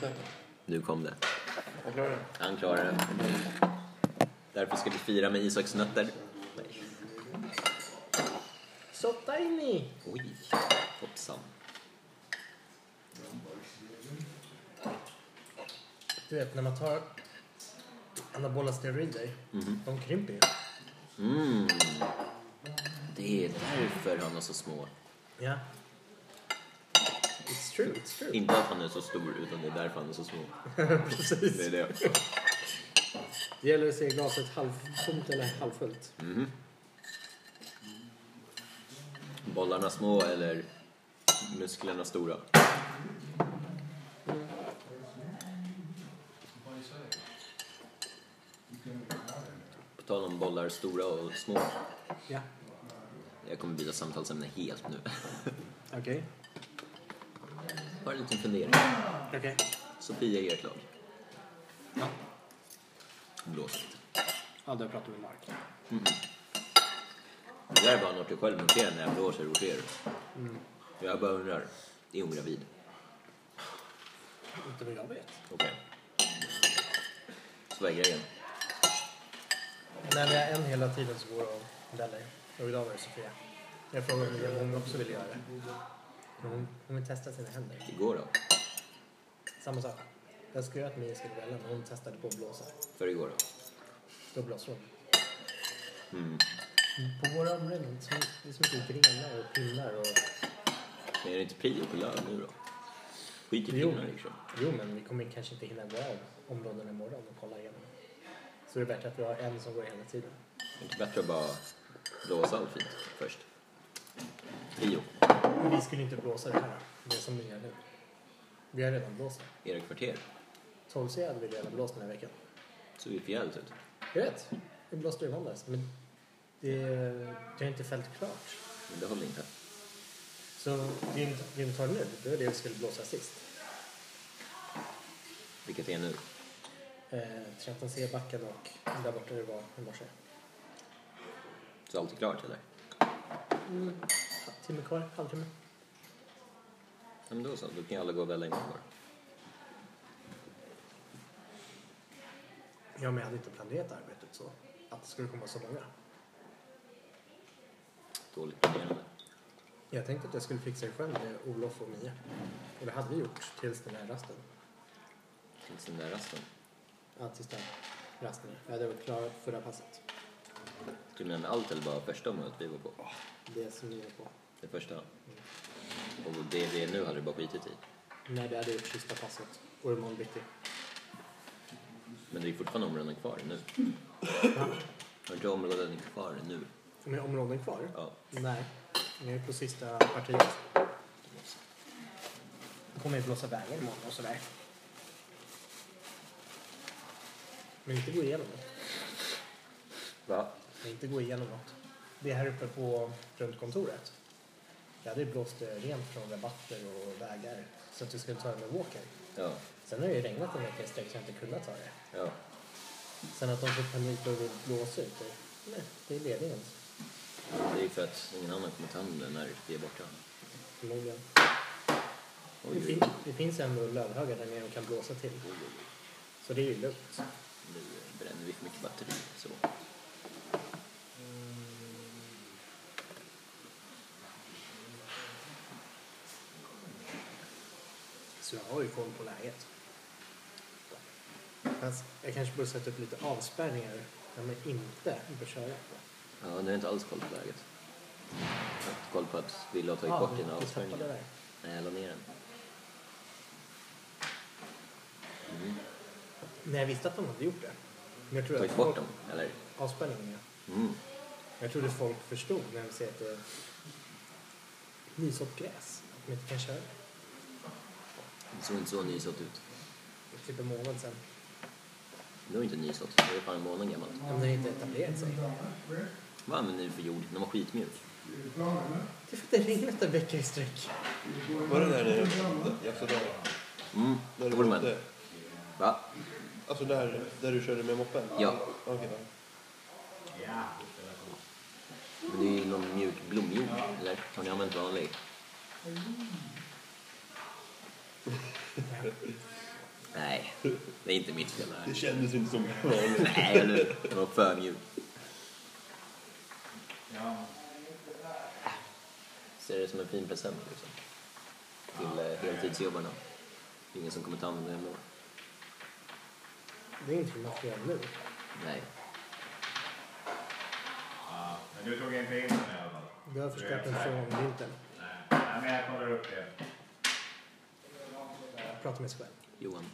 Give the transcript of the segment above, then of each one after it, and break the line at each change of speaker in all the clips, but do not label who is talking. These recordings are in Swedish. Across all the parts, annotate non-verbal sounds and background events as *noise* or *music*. Säkert.
Nu kom det.
Jag klarar det.
Han klarar det. Därför ska vi fira med Isaks nötter. Nej.
Sotta in i.
Oj, hoppsan.
Du vet när man tar anabola steroider, de krymper ju.
Mm. Det är därför han har så små.
Ja. It's true, it's true.
Inte att han är så stor, utan det är därför han är så små. Det
Precis.
är det.
Det gäller att se glaset halvtomt eller halvfullt.
Mhm. Bollarna små eller musklerna stora. På tal om bollar stora och små.
Ja.
Jag kommer byta samtalsämne helt nu. *laughs*
Okej.
Bara en liten fundering.
Okej.
Sofia Gertlund.
Ja.
Blås lite.
ja, där pratar vi Mark.
Det där är bara något jag själv noterar när jag blåser hos er. Jag bara undrar. Är hon gravid?
Inte vad jag vet.
Okej. Så vad är grejen?
När vi har en hela tiden så går det av Belle. Och idag var det Sofia. Jag frågade henne om hon också ville göra det. Men Hon, hon vill testa sina händer.
Igår då?
Samma sak. Jag skulle göra att Mia skulle välja men hon testade på att blåsa.
För igår då?
Då blåser hon.
Mm.
På våra områden, det är så- det är så mycket grenar och pinnar och...
Men är det inte prio på löv nu då? Skit i
Jo.
pinnar liksom.
Jo, men vi kommer kanske inte hinna gå av områdena imorgon och kolla igenom. Så det är bättre att vi har en som går hela tiden.
Är det inte bättre att bara blåsa allt fint först? Prio.
Men vi skulle inte blåsa det här, det som ni gör nu. Vi har redan blåst.
Era kvarter.
12 C hade vi redan blåst den här veckan.
Såg ju förjävligt ut.
Jag vet, vi blåste i måndags. Men det, det är inte fällt klart.
Men det håller inte.
Så det är inte- det vi tar nu, det var det vi skulle blåsa sist.
Vilket är nu?
Eh, 13 C backen och där borta det var i morse.
Så allt är klart eller?
Timme kvar, halvtimme.
Ja, men då så, då kan ju alla gå och välja imorgon bara.
Ja, men jag hade inte planerat arbetet så. Att det skulle komma så många.
Dåligt planerande.
Jag tänkte att jag skulle fixa det själv med Olof och Mia. Och det hade vi gjort tills den här rasten.
Tills den där rasten.
Ja, tills den här rasten. Vi hade varit klara förra passet.
Du menar med allt eller bara första området vi var på?
Det som ni är på.
Det första? Och det vi är nu hade du bara skitit i.
När vi hade gjort sista passet. Och imorgon bitti.
Men det är fortfarande områden kvar nu. Har inte områden kvar nu?
Med områden kvar?
Ja.
Nej. Nu är vi på sista partiet. Då kommer vi blåsa vägen imorgon och sådär. Men inte gå igenom det.
Va?
Men inte gå igenom något. Det är här uppe på runt kontoret. Jag hade ju blåst eh, rent från rabatter och vägar så att vi skulle ta det med walker.
Ja.
Sen har det ju regnat en vecka i sträck så jag inte kunnat ta det.
Ja.
Sen att de fick panik och vill blåsa ut det. Nej, det är ledningen.
Det är ju för att ingen annan kommer ta hand om det när vi är borta.
Förmodligen.
Oj,
Det,
oj,
fin- det finns ändå lövhögar där nere de kan blåsa till.
oj, oj.
Så det är ju lugnt.
Nu bränner vi för mycket batteri. Så.
Så jag har ju koll på läget. Fast jag kanske borde sätta upp lite avspärrningar när man inte bör köra.
Ja, nu har jag inte alls koll på läget. Jag har inte koll på att Wille har tagit
Ah,
bort dina
du tappade
avspärrningar.
där.
Nej, jag la ner den.
Nej, jag visste att de hade gjort det. Men jag tror
Tagit
att
bort
folk-
dem, eller?
Avspärrningen, ja.
Mm.
Jag trodde folk förstod när de ser att det är ny sort gräs. Att de inte kan köra.
Det såg inte så nysått ut.
Det är typ en månad sedan.
Det var inte nysått. Det är fan en månad gammalt.
Ja, men det har inte etablerat sig.
Vad använder du för jord? Den var skitmjuk.
Det är för att det har regnat en vecka i sträck.
Var det där nere i Axadala?
Mm.
Där du
Ormen.
bodde?
Va?
Alltså där, där du körde med moppen?
Ja.
Okej.
Men det är ju någon mjuk blomjord, eller? Har ni använt vanlig? Nej, det är inte mitt fel det
Det
här.
kändes inte som vanligt.
Nej, eller hur? Det var för mjukt. Ser det som en fin present liksom. Till eh, heltidsjobbarna. Det är ingen som kommer ta använda det ändå.
Det är inte för material nu.
Nej.
uh,
Ja, men du tog inte in den i alla fall.
Du har förstört den från vintern.
Nej, nej, men jag kollar upp det.
Prata med sig själv.
Johan.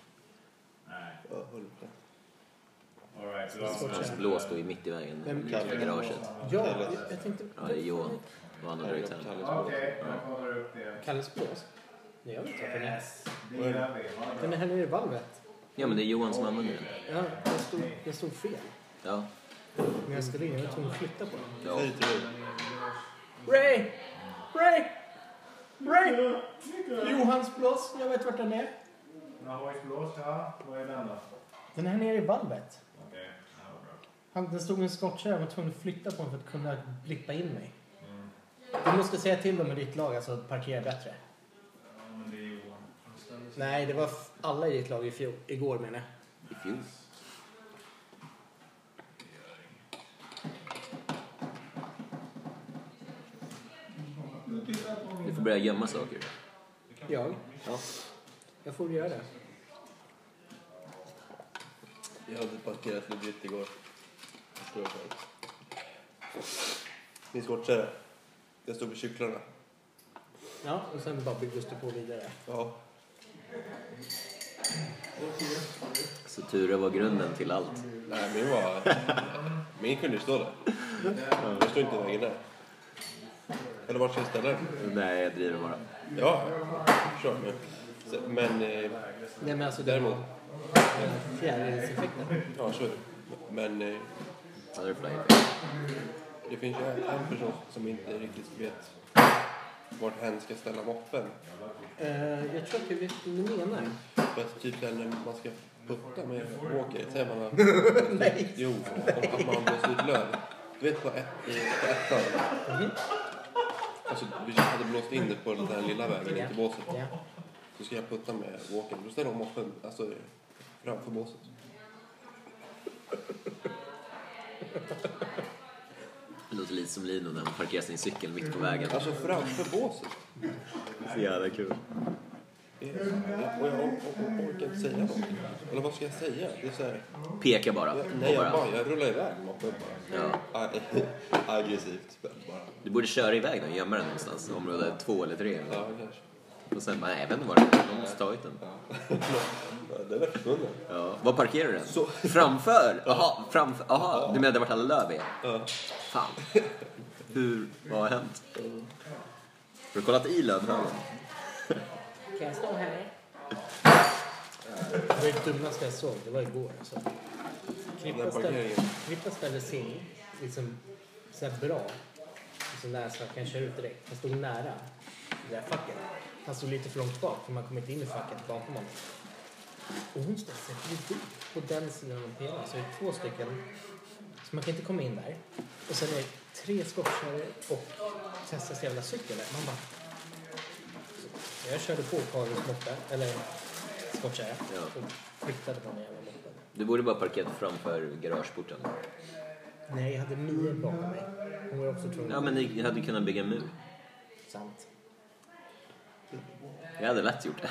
Nej.
Ja, håll upp det.
All right, så
Hans blå står ju mitt i vägen.
Vem
Mitt i garaget.
Ja, jag, jag tänkte...
Ja, det är Johan. Och han har dragit hem.
Okej, jag kollar upp det.
Kalles blås? Nej, jag vet inte varför den är.
Yes, det gillar vi. Ha det
Den är
bra.
här nere i valvet.
Ja, men det är Johan som använder den.
Ja, den stod, den stod fel.
Ja.
När jag skulle in, jag var tvungen att flytta på den.
Det är
ja.
inte det.
Ray! Ray! Ray! Johans blås, jag vet vart den är.
Nahojs blås, ja. Vad är den då?
Den är här nere i valvet.
Okej, ja,
Oh,
vad bra.
Han, den stod en skottkärra, jag var tvungen att flytta på den för att kunna blippa in mig. Du måste säga till dem i ditt lag alltså, att parkera bättre.
Ja, men det är Johan.
Nej, det var f- alla i ditt lag i fjol, igår menar jag.
I fjol. Du får börja gömma saker.
Jag?
Ja.
Jag får göra det.
Jag hade parkerat luddigt igår. Jag står själv. Min skottkärra. Jag stod på cyklarna.
Ja, och sen bara byggdes det på vidare.
Ja.
Så Ture var grunden till allt.
Nej, min var... Min kunde ju stå där. Jag står inte i vägen där. Eller vart ska jag ställa den?
Nej, jag driver bara.
Ja, kör nu. Så- Men...
Nej
Eh,
men alltså det
däremot...
var fjärilseffekten.
Ja, så är det. Men eh,
Hade du flyg?
det finns ju en person som inte riktigt vet vart hen ska ställa moppen.
Eh, jag tror att jag vet vad du menar.
För att typ sen när man ska putta med walker, säger man att...
Nej.
Jo, att man blåser ut löv. Du vet på, ett, på ettan? Alltså, vi hade blåst in det på den där lilla vägen in till båset.
Ja.
Så ska jag putta med walker. Då ställer jag moppen alltså, framför båset.
Det låter lite som Lino när han parkerar sin cykel mitt på vägen.
Alltså framför båset!
Så jävla kul.
Det är så här, Och jag or- or- orkar inte säga någonting. Eller vad ska jag säga? Det är så här,
Peka bara.
jag,
Och
nej,
bara.
jag, bara, jag rullar iväg moppen bara.
Ja.
Ag- Aggressivt bara.
Du borde köra iväg den och gömma den någonstans. Område två eller tre.
Ja, kanske.
Och sen bara, nej, jag vet inte var den är. De måste ta hit den.
Ja, det var försvunnen.
Ja. Var parkerar du den?
Så-
Framför? Jaha, framför. Aha. du menar där vart alla löv är?
Ja.
Fan. Hur, vad har hänt? Har du kollat i lövhögen?
Kan jag stå här? Det var det dummaste jag såg. Det var igår alltså. Krippa
Den
ställde,
parkeringen.
Krippa ställde sin liksom så här bra. Så nära så jag kan köra ut direkt. Han stod nära det där facket. Han stod lite för långt bak för man kom inte in i facket bakom honom. Och hon ställde sig bredvid på den sidan av pelaren. Så det är två stycken. Så man kan inte komma in där. Och sen är det tre skottkärror och Tessas jävla cykel där. Man bara... Jag körde på Karins moppe, eller skottkärra.
Ja.
Och flyttade på den jävla moppen.
Du borde bara parkera framför garageporten.
Nej, jag hade Mia bakom mig. Hon var också tvungen.
Ja, men ni ni hade kunnat bygga en mur.
Sant.
Jag hade lätt gjort det.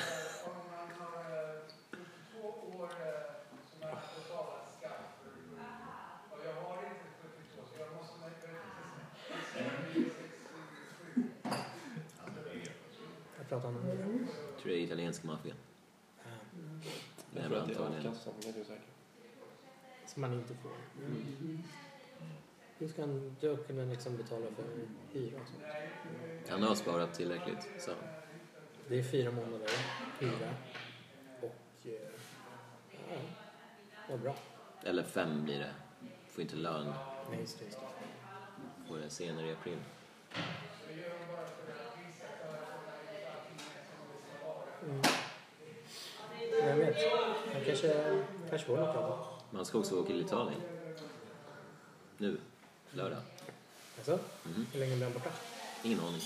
Jag pratar om Mia.
Jag tror det är italiensk maffia. Det
Jag
är
tror
väl
att det är
antagligen.
a-kassan, det är du säker.
Som man inte får. Hur ska han då kunna liksom betala för hyra och sånt?
Han har sparat tillräckligt. Så.
Det är fyra månader hyra. Och... Eh, ja, vad bra.
Eller fem blir det. Får inte lön.
Nej, just det. Just det.
Får det senare i april.
Vem Mm. vet? Han kanske, kanske får något av det.
Man ska också åka till Italien. Nu. Lördag.
Mm.
Alltså? Hur länge blir han borta?
Ingen aning.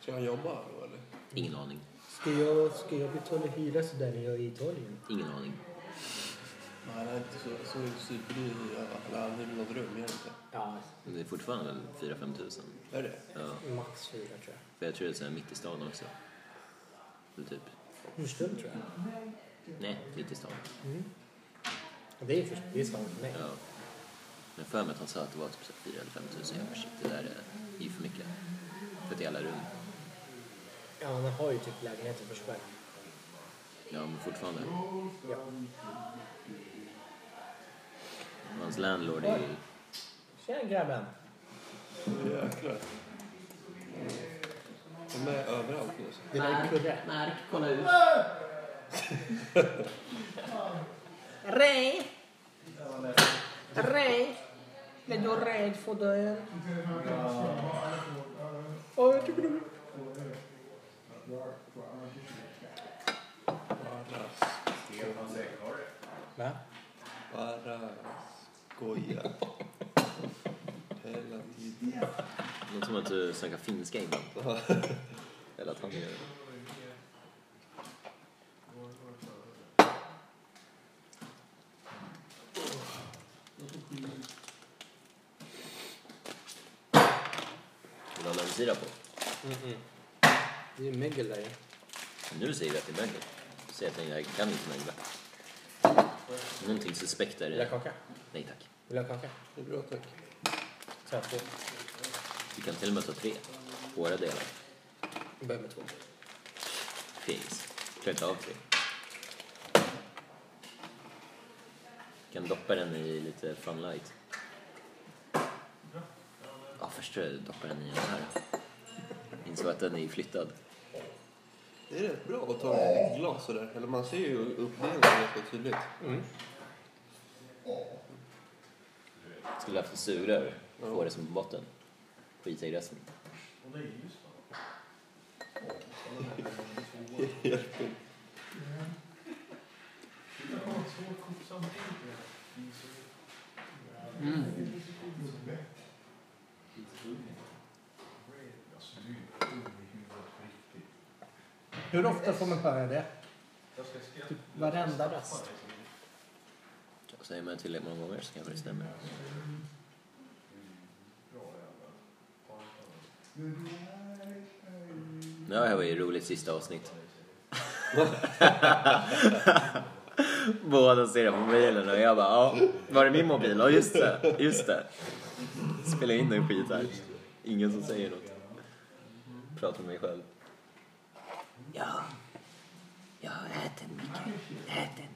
Ska han jobba då eller?
Ingen aning.
Ska jag, ska jag betala hyra så där när jag är i Italien?
Ingen aning.
Nej, det är inte så, så super i alla fall. Det är något rum, är det inte?
Ja,
Men det är fortfarande 4-5 tusen.
Är det
Ja.
max fyra tror jag.
För jag tror det är så här mitt i stan också. Så typ.
Hornstull tror jag.
Nej, mitt i stan.
Och Det är, för, det är stan för mig.
Ja. Men för mig att han sa att det var typ så här 4 eller 5 tusen. Jag bara, shit, det där är ju för mycket. För ett jävla rum.
Ja, man har ju typ lägenheten för sig själv.
Ja, men fortfarande.
Ja.
Hans landlord är ju...
Tjena grabben!
Jäklar. De är överallt nu. alltså.
Det där är Kurre.
Mark, kolla ut.
Ray! Ray! Är du rädd för döden? Ja, jag tycker du Va?
Bara skoja. Hela tiden.
Låter som att du snackar finska ibland. Eller att han gör det. Vill du ha lönnsirap på?
Det är mögel där ju.
Nu säger vi att det är mögel. Säg att jag kan inte mögla. Någonting suspekt är
Vill du ha
det.
kaka?
Nej tack.
Vill du ha kaka?
Det är bra, tack.
Så här, två.
Du kan till och med ta tre. Våra delar.
Vi börjar med två.
Fegis. Klarar inte av tre. Kan doppa den i lite funlight. Ja, först tror jag jag doppar den i den här. Insåg att den är flyttad.
Det är rätt bra att ta ett glas sådär. Eller man ser ju uppdelningen ganska tydligt.
Skulle haft ett sugrör. Få det som på botten. Skita i resten.
Mm.
Hur ofta får man höra det?
Typ
varenda rast.
Säger man tillräckligt många gånger så kanske det stämmer. Ja, det här var ju roligt sista avsnitt. *laughs* Båda ser det på mobilen och jag bara, ja, var är min mobil? Ja, just det, just det. Spelar in den skit här. Ingen som säger något. Pratar med mig själv. Ja, ja, ät den Mikael, ät den.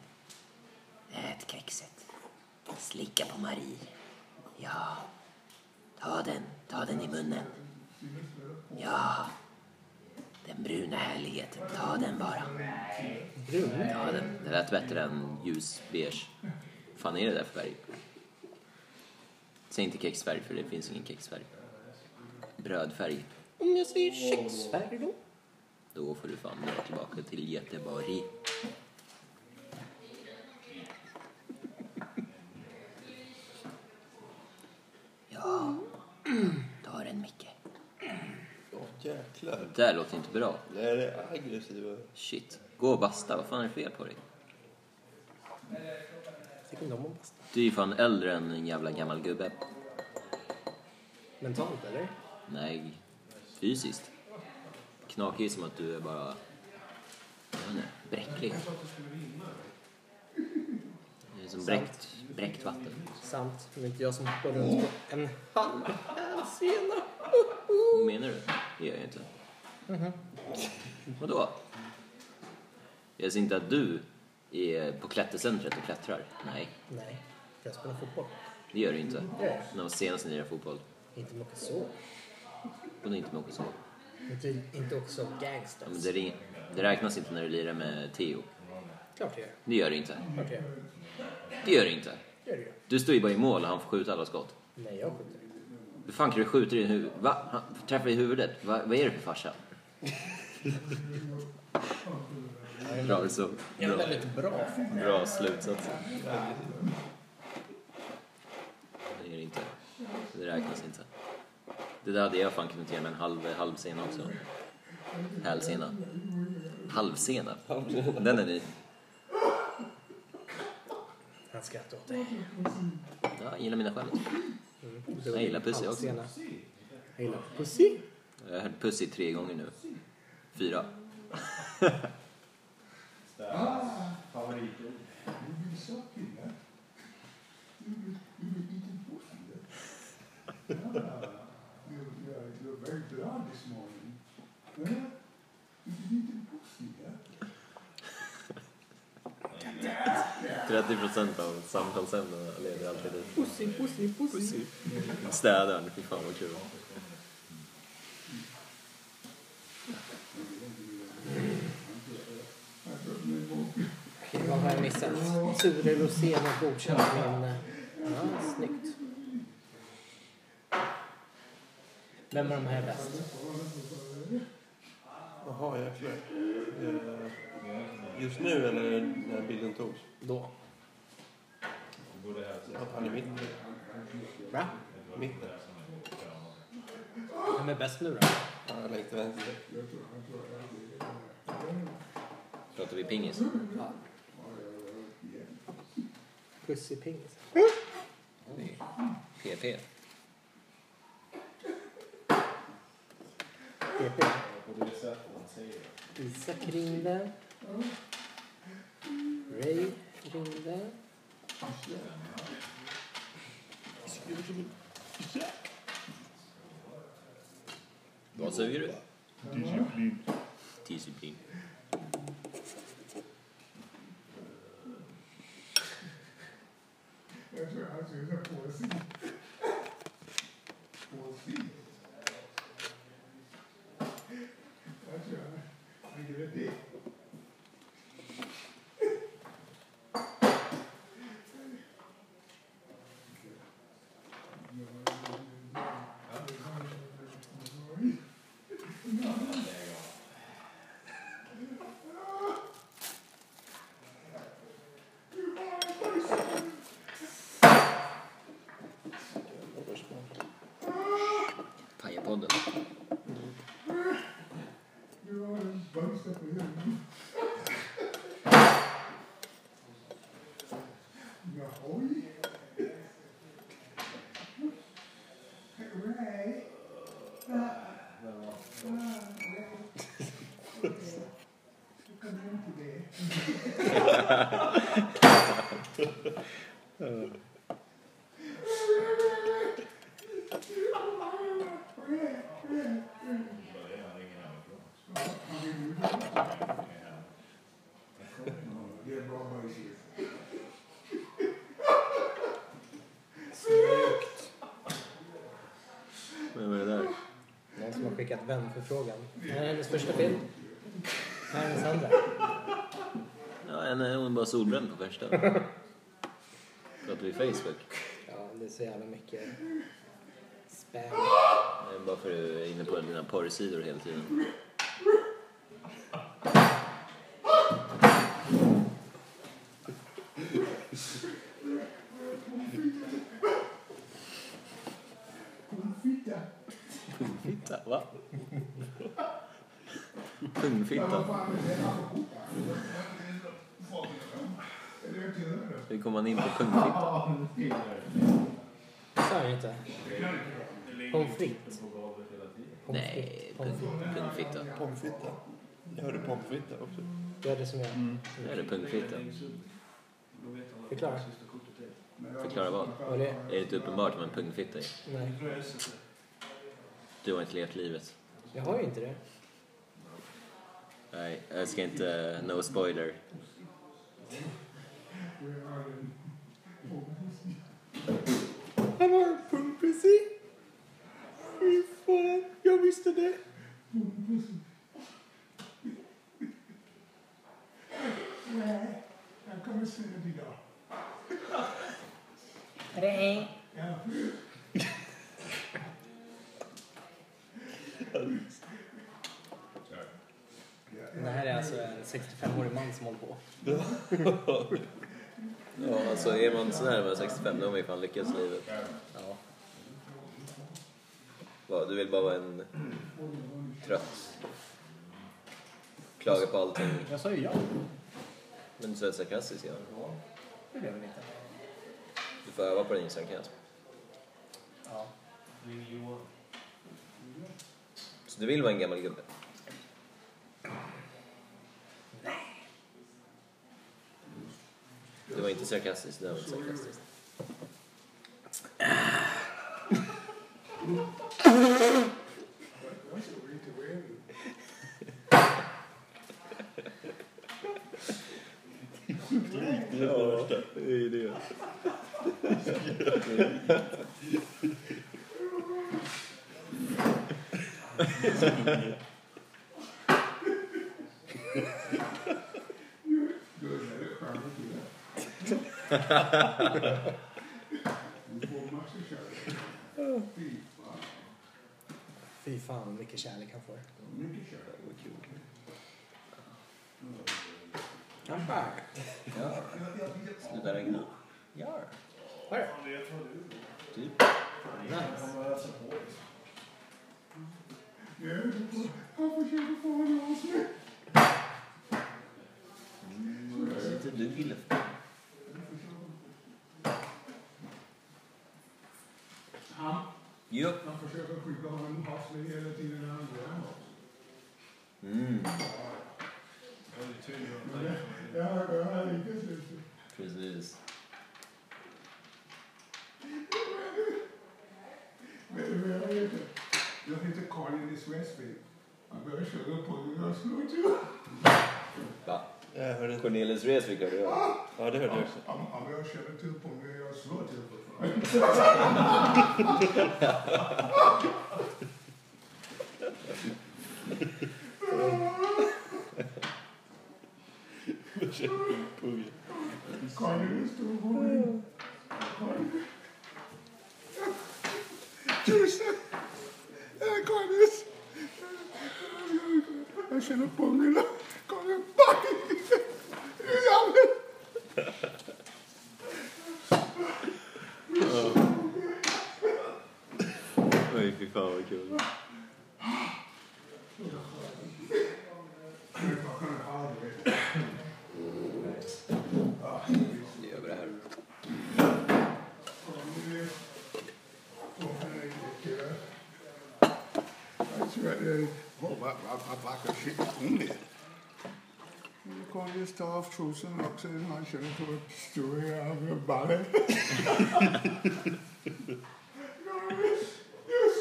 Ät kexet. Slicka på Marie. Ja. Ta den. Ta den i munnen. Ja. Den bruna härligheten. Ta den bara. Brun? Ta den. Det lät bättre än ljus beige. fan är det där för färg? Säg inte kexfärg för det finns ingen kexfärg. Brödfärg.
Om jag säger köksfärg då?
Då får du fan dra tillbaka till Göteborg. Ja, ta den Micke.
Ja, jäklar.
Det där låter inte bra.
Nej, det är aggressiva.
Shit. Gå och basta, vad fan är det fel på dig?
Tycker inte om att basta.
Du är ju fan äldre än en jävla gammal gubbe.
Mentalt eller?
Nej, fysiskt. Knakig är som att du är bara... Jag vet inte, bräcklig. Det är som bräckt, bräckt vatten.
Sant. Men inte jag som går runt på en halv *laughs* hälsena.
Vad menar du? Det gör jag inte. Vadå? Jag ser inte att du är på klättercentret och klättrar. Nej,
Nej, jag spelar fotboll.
det gör du inte.
Det är
När var senast ni lirade fotboll?
Inte mycket så.
Och det är inte med så.
Inte, inte också gangsters.
Ja, men det, ring- det räknas inte när du lirar med Theo.
Klart det gör.
Det gör det inte.
Klart det gör.
Det gör det inte.
Det gör det ju.
Du står ju bara i mål och han får skjuta alla skott.
Nej, jag skjuter.
Hur fan kan du skjuta i huvudet? Va? Han träffar i huvudet. Va? Vad är det för farsa? *laughs* Bra, så.
Jag är
Bra,
väldigt bra.
bra slutsats. Det är det inte. Det räknas inte. Det där hade jag fan kunnat ge mig en halv, halv sena också. Hälsena. Halvsenap. Den är ny.
Han skrattar åt dig.
Ja, jag gillar mina skämt.
Mm.
Jag gillar Pussy också.
Halvsena. Jag gillar Pussy.
Jag har hört Pussy tre gånger nu. Fyra.
Ah.
Favoritord.
procent av samtalsämnena leder alltid dit.
Pussy, pussy, pussy.
Städaren, fy fan vad kul.
Okej, vad har jag missat? Sure Rosén har godkänt min... eh, Ja, snyggt. Vem av de här är bäst?
Jaha, jäklar. Eh, Just nu eller när bilden togs?
Då.
Ja, Han är mitten.
Va?
Mitten.
Vem är bäst nu då?
Ja, jag längtar vänster.
Pratar vi pingis?
Pussy Pingis.
PP.
PP.
Och det är så att man säger.
Isak ringde. Ray ringde.
Vad suger du? Disciplin. Disciplin. Pajapodden. Vem var det där?
Någon som har skickat vänförfrågan. Här är hennes första bild. Här är hennes andra.
Ja, en är hon bara solbränd på *laughs* första. Pratar vi Facebook?
Ja, det är så jävla mycket spam.
Det är Eh, bara för att du är inne på dina porrsidor hela tiden. Pungfitta, va? Pungfitta. Hur kommer man in på pungfitta?
Sa jag inte? Pommes frites. Pommes
Nej,
frites, pommes frites.
pung- pungfitta.
Pomfitta. Jag hörde pomfitta också.
Det är det som jag...
Det är det pungfitta.
Förklara.
Förklara vad?
Vad det är?
Är det inte uppenbart vad en pungfitta är?
Nej,
Du har inte levt livet.
jag har ju inte det.
Nej, jag ska inte... No spoiler.
Han har en pungprissi. Fy fan, jag visste det. Nej, jag kommer se det idag. Det här är alltså en 65-årig man som håller på.
Ja, alltså är man så nära 65 då har man ju fan lyckats i livet.
Ja.
Va, Du vill bara vara en trött Klagar på allting.
Jag sa ju ja.
Men du svetsar klassiska.
Det blev väl inte.
Du får öva på din sen kan jag.
Ja.
Så du vill vara en gammal gubbe? Det var inte sarkastiskt, det var inte sarkastiskt.
Fy fan vad mycket kärlek han får.
Sluta regna.
Ja. Har du?
Typ.
Nice.
Sitter du i luften? Jo.
Man försöker skydda honom mot avslöjanden hela tiden när han drömmer.
Mm,
Jag har drömmar inte slutet.
precis.
Men vad jag heter? Jag heter Colin i Swedspring. Man behöver köra på mig och slå till.
Va?
Jag hörde inte.
Cornelis Vreeswijk hörde jag.
Ja, det hörde jag också.
Man man behöver köra till på mig och slå till. för fan. Colin är stor på mig. Colin. Tusen. Eh, Colin. Jag känner på mig. då. Colin, fucking. Du jävel.
Oj, fy fan vad kul. Nu gör vi det här.
Jag tror att det- Åh, vad- vad- vad vacker skit hon är. Nu kommer just ta av trosen också. Man känner på stora ballen. You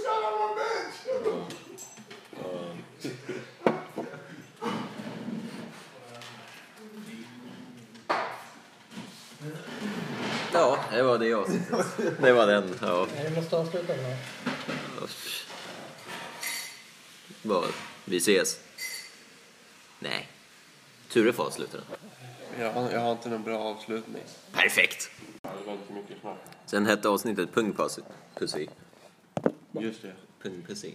son of a bitch!
Ja, det var det jag Det var den. Ja.
Nej, vi måste avsluta nu.
Vad? Vi ses. Nej. Ture får avsluta den.
Jag har, jag har inte någon bra avslutning.
Perfekt!
Det var inte mycket snack.
Sen hette avsnittet Pungpussy.
Just det.
Pungpussy.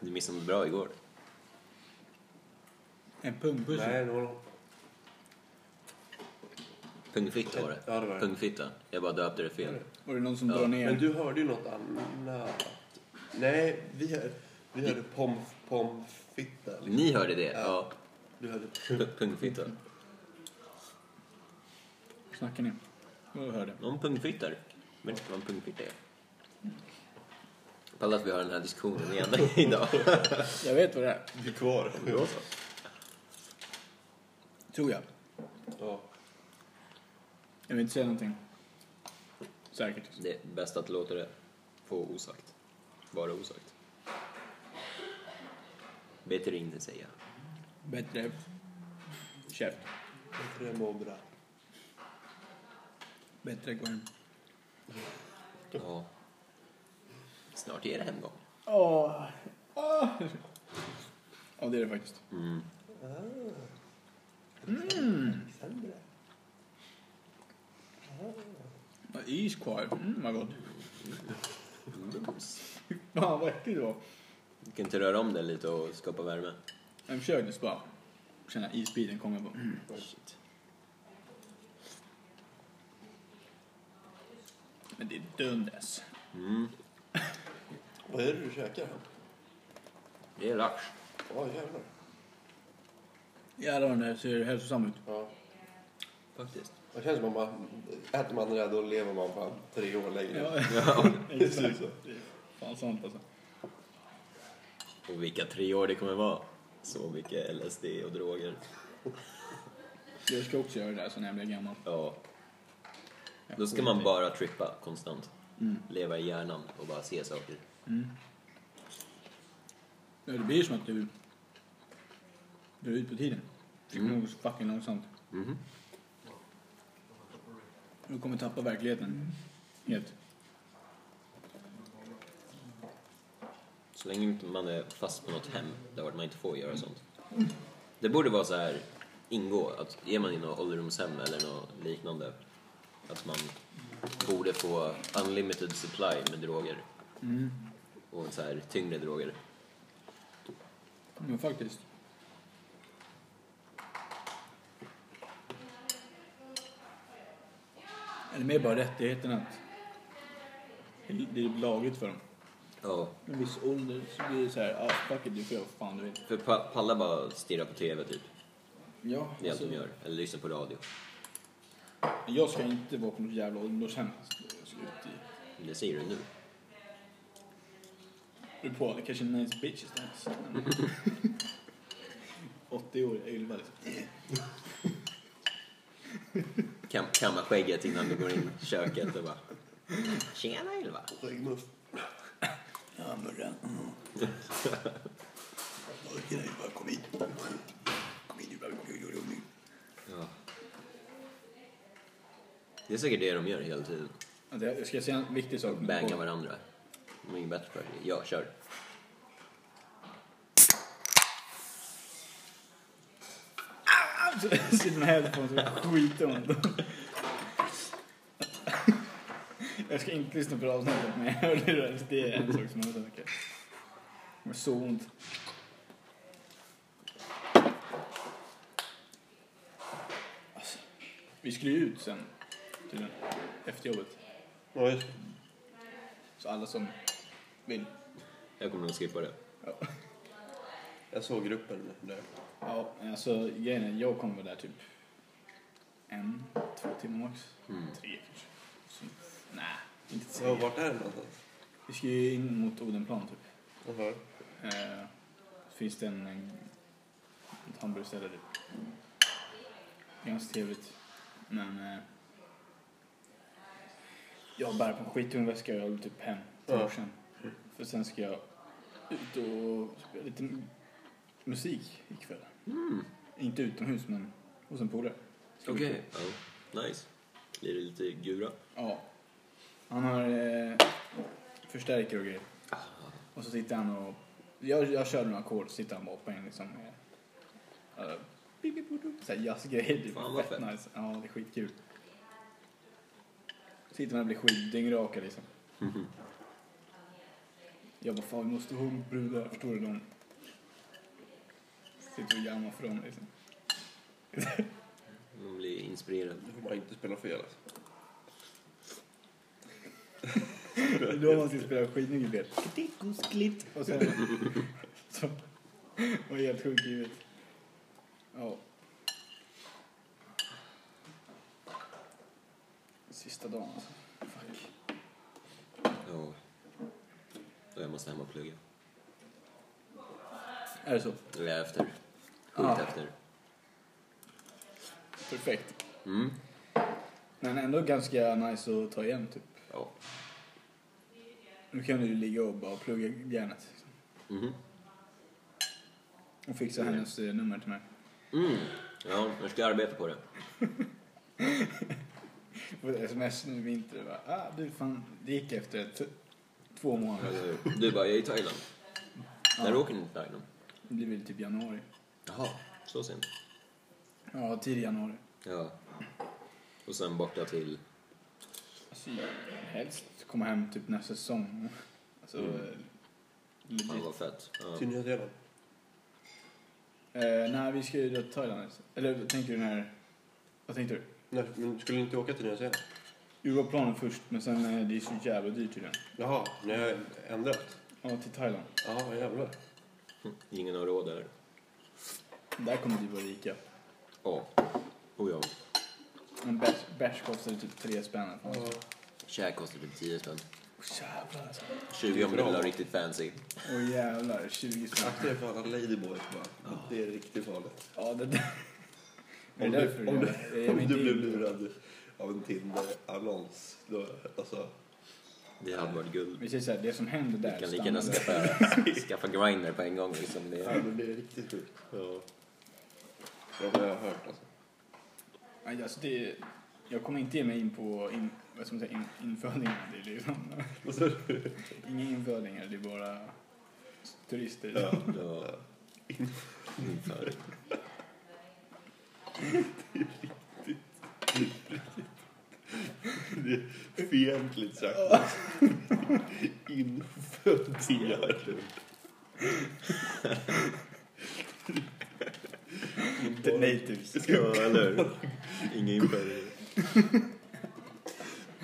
Du missade något bra igår.
En pungpuss.
Nej, det var...
Pungfitta var det.
Ja, det var det.
Pungfitta. Jag bara döpte det fel.
Var det någon som
Ja,
drar
Men
ner?
du hörde ju något annat. Nej, vi hörde, vi hörde pomf, pomfitta. Liksom.
Ni hörde det? Ja.
Du hörde...
P- Pungfitta.
Snackar ni? Jag hörde.
Någon pungfittar. Men inte vad en pungfitta är. Pallar att vi har den här diskussionen igen *laughs* idag.
Jag vet vad det är.
Vi är kvar.
Då så.
Tror jag.
Ja.
Jag vill inte säga någonting. Säkert.
Det är bäst att låta det få osagt. Vara osagt. Bättre inte säga.
Bättre käft.
Tre mobra.
Bättre korv.
Ja. Snart är det hemgång.
Åh. Ja, det är det faktiskt. Ah. Mm. Ja, Is kvar. Mm, vad gott. Fy Fan, vad äckligt det var.
Du kan inte röra om det lite och skapa värme.
Jag försökte just bara känna isbiten komma på. Mm. Men det är dundes.
Vad är det du käkar?
Det är lax.
Ja, jävlar.
Jävlar vad den där ser hälsosam ut.
Ja.
Faktiskt.
Det känns som att man äter man det där då lever man fan tre år längre.
Ja,
Det ser ut så.
fan sant alltså.
Och vilka tre år det kommer vara. Så mycket LSD och droger.
Jag ska också göra det där sen när jag blir gammal.
Ja. Då ska man bara trippa konstant. Leva i hjärnan och bara se saker.
Ja, det blir som att du drar ut på tiden. Det går mm. fucking långsamt. Du kommer tappa verkligheten helt.
Så länge inte man är fast på något hem där man inte får göra sånt. Det borde vara så här ingå, att är man i något ålderdomshem eller något liknande, att man borde få unlimited supply med droger. Och så här tyngre droger.
Men faktiskt. Eller mer bara rättigheten att det det är lagligt för dem.
Ja,
En viss ålder så blir det så här, ah fuck it, du får göra vad fan du vill.
för pa- palla bara stirra på TV typ,
Ja, alltså,
det är allt de gör. Eller lyssna på radio.
jag ska inte vara på något jävla ålderdomshem. Jag ska ut i-
Det säger du nu.
Du på, det kanske är nice
*laughs*
bitches där. 80-åriga Ylva liksom.
Kam- kamma skägget innan du går in i köket och bara Tjena Ylva!
Skäggmuff.
Ja, murra. Orkar ej, bara kom hit. Kom hit Ylva, kom hit Ylva.
Ja. Det är säkert det de gör hela tiden.
Vänta, Jag ska säga en viktig sak.
Banga varandra. De är inget bättre för det. Jag kör.
Sitter med headphones och skitont. Jag ska inte lyssna på det avsnittet men jag hörde det. Det är en sak som jag har sagt. Det var så ont. Alltså, vi skulle ju ut sen tydligen. Efter jobbet.
Ja, just det.
Så alla som vill.
Jag kommer nog skippa det.
Jag såg gruppen där.
Ja, alltså grejen är, jag kommer där typ en, två timmar max. Tre kanske. Så, nej, inte tre.
Ja, vart är den någonstans?
Vi ska ju in mot Odenplan typ.
Jaha.
Eh, finns det en, en ett hamburgerställe typ. Ganska trevligt. Men eh, jag bär på en skittung väska och jag vill typ hem till
Ja.
morsan. För sen ska jag ut och spela lite m- musik ikväll. Inte utomhus men hos en polare. Ska bli kul.
Mm. Ja. Nice. Blir det lite gura?
Ja. Han har eh, förstärkare och grejer. Och så sitter han och... Jag, jag körde några ackord så sitter han bara och hoppar in liksom med... eh, pip, pip, pip, pip, Såhär jazzgrejer. Det
Fan,
är
vad
fett
fett.
nice. Ja, det är skitkul. Sitter man och blir skitdyngraka liksom. Jag bara, fan vi måste ha en brud där, förstår du? De sitter och jammar för dem liksom.
Man blir inspirerad.
Nu får man inte spela fel alltså.
Det är då man ska spela skidnyckelbet. Och sen... Så, och helt sjukt givet. Ja. Sista dagen alltså. Fuck.
Ja. Och jag måste hem och plugga.
Är det så?
Då är jag efter. Sjukt
Ja.
efter.
Perfekt.
Mm.
Men ändå ganska nice att ta igen typ.
Ja.
Nu kan du ju ligga och bara plugga järnet. Liksom.
Mhm.
Och fixa hennes eh, nummer till mig.
Mm. Ja, jag ska arbeta på det.
Och sms nu i vinter. bara, Ah, du fan, det gick efter ett, två månader.
Du bara, jag är i Thailand. När åker ni till Thailand?
Det blir väl typ januari.
Jaha, så sent.
Ja, tidig januari.
Ja. Och sen borta till...
Alltså, helst komma hem typ nästa säsong. Alltså, eh, legit.
Fan vad fett. Ja.
Till Nya Zeeland.
Eh, nej, vi ska ju till Thailand. alltså. Eller tänker du när... Vad tänkte du?
Nej, men skulle ni inte åka till Nya Zeeland?
Jo, det var planen först, men sen eh, det är så jävla dyrt tydligen.
Jaha, ni har ändrat?
Ja, till Thailand.
Ja, jävlar.
Ingen har råd där.
Där kommer du vara rika.
Åh. Oh ja.
En bärs, bärs kostar typ tre spänn. Mm.
Käk kostar väl 10 spänn.
Jävlar alltså.
20 om du vill ha riktigt fancy.
Åh jävlar, 20 spänn.
Akta dig för alla ladyboys bara. Det är riktigt farligt.
Ja, det där. Är
Om
det
du,
därför
om
jag-
du,
jag-
om
men
du
det-
blir lurad av en Tinder-annons. Då, alltså,
Det hade varit guld.
Vi säger såhär, det som händer där
Ehm, Vi kan lika gärna
stannar där.
skaffa, *laughs* skaffa grinder på en gång liksom. Det
ja,
är,
men det är riktigt sjukt. Ja. Det har jag hört alltså.
Nej, alltså det, jag kommer inte ge mig in på in, vad ska man säga, in, infödingar. Det är liksom,
*laughs*
inga infödingar, det är bara turister.
Ja.
ja. Inför.
Det är fientligt sagt. Infödingar.
The natives.
Ja, eller hur? Inga inför.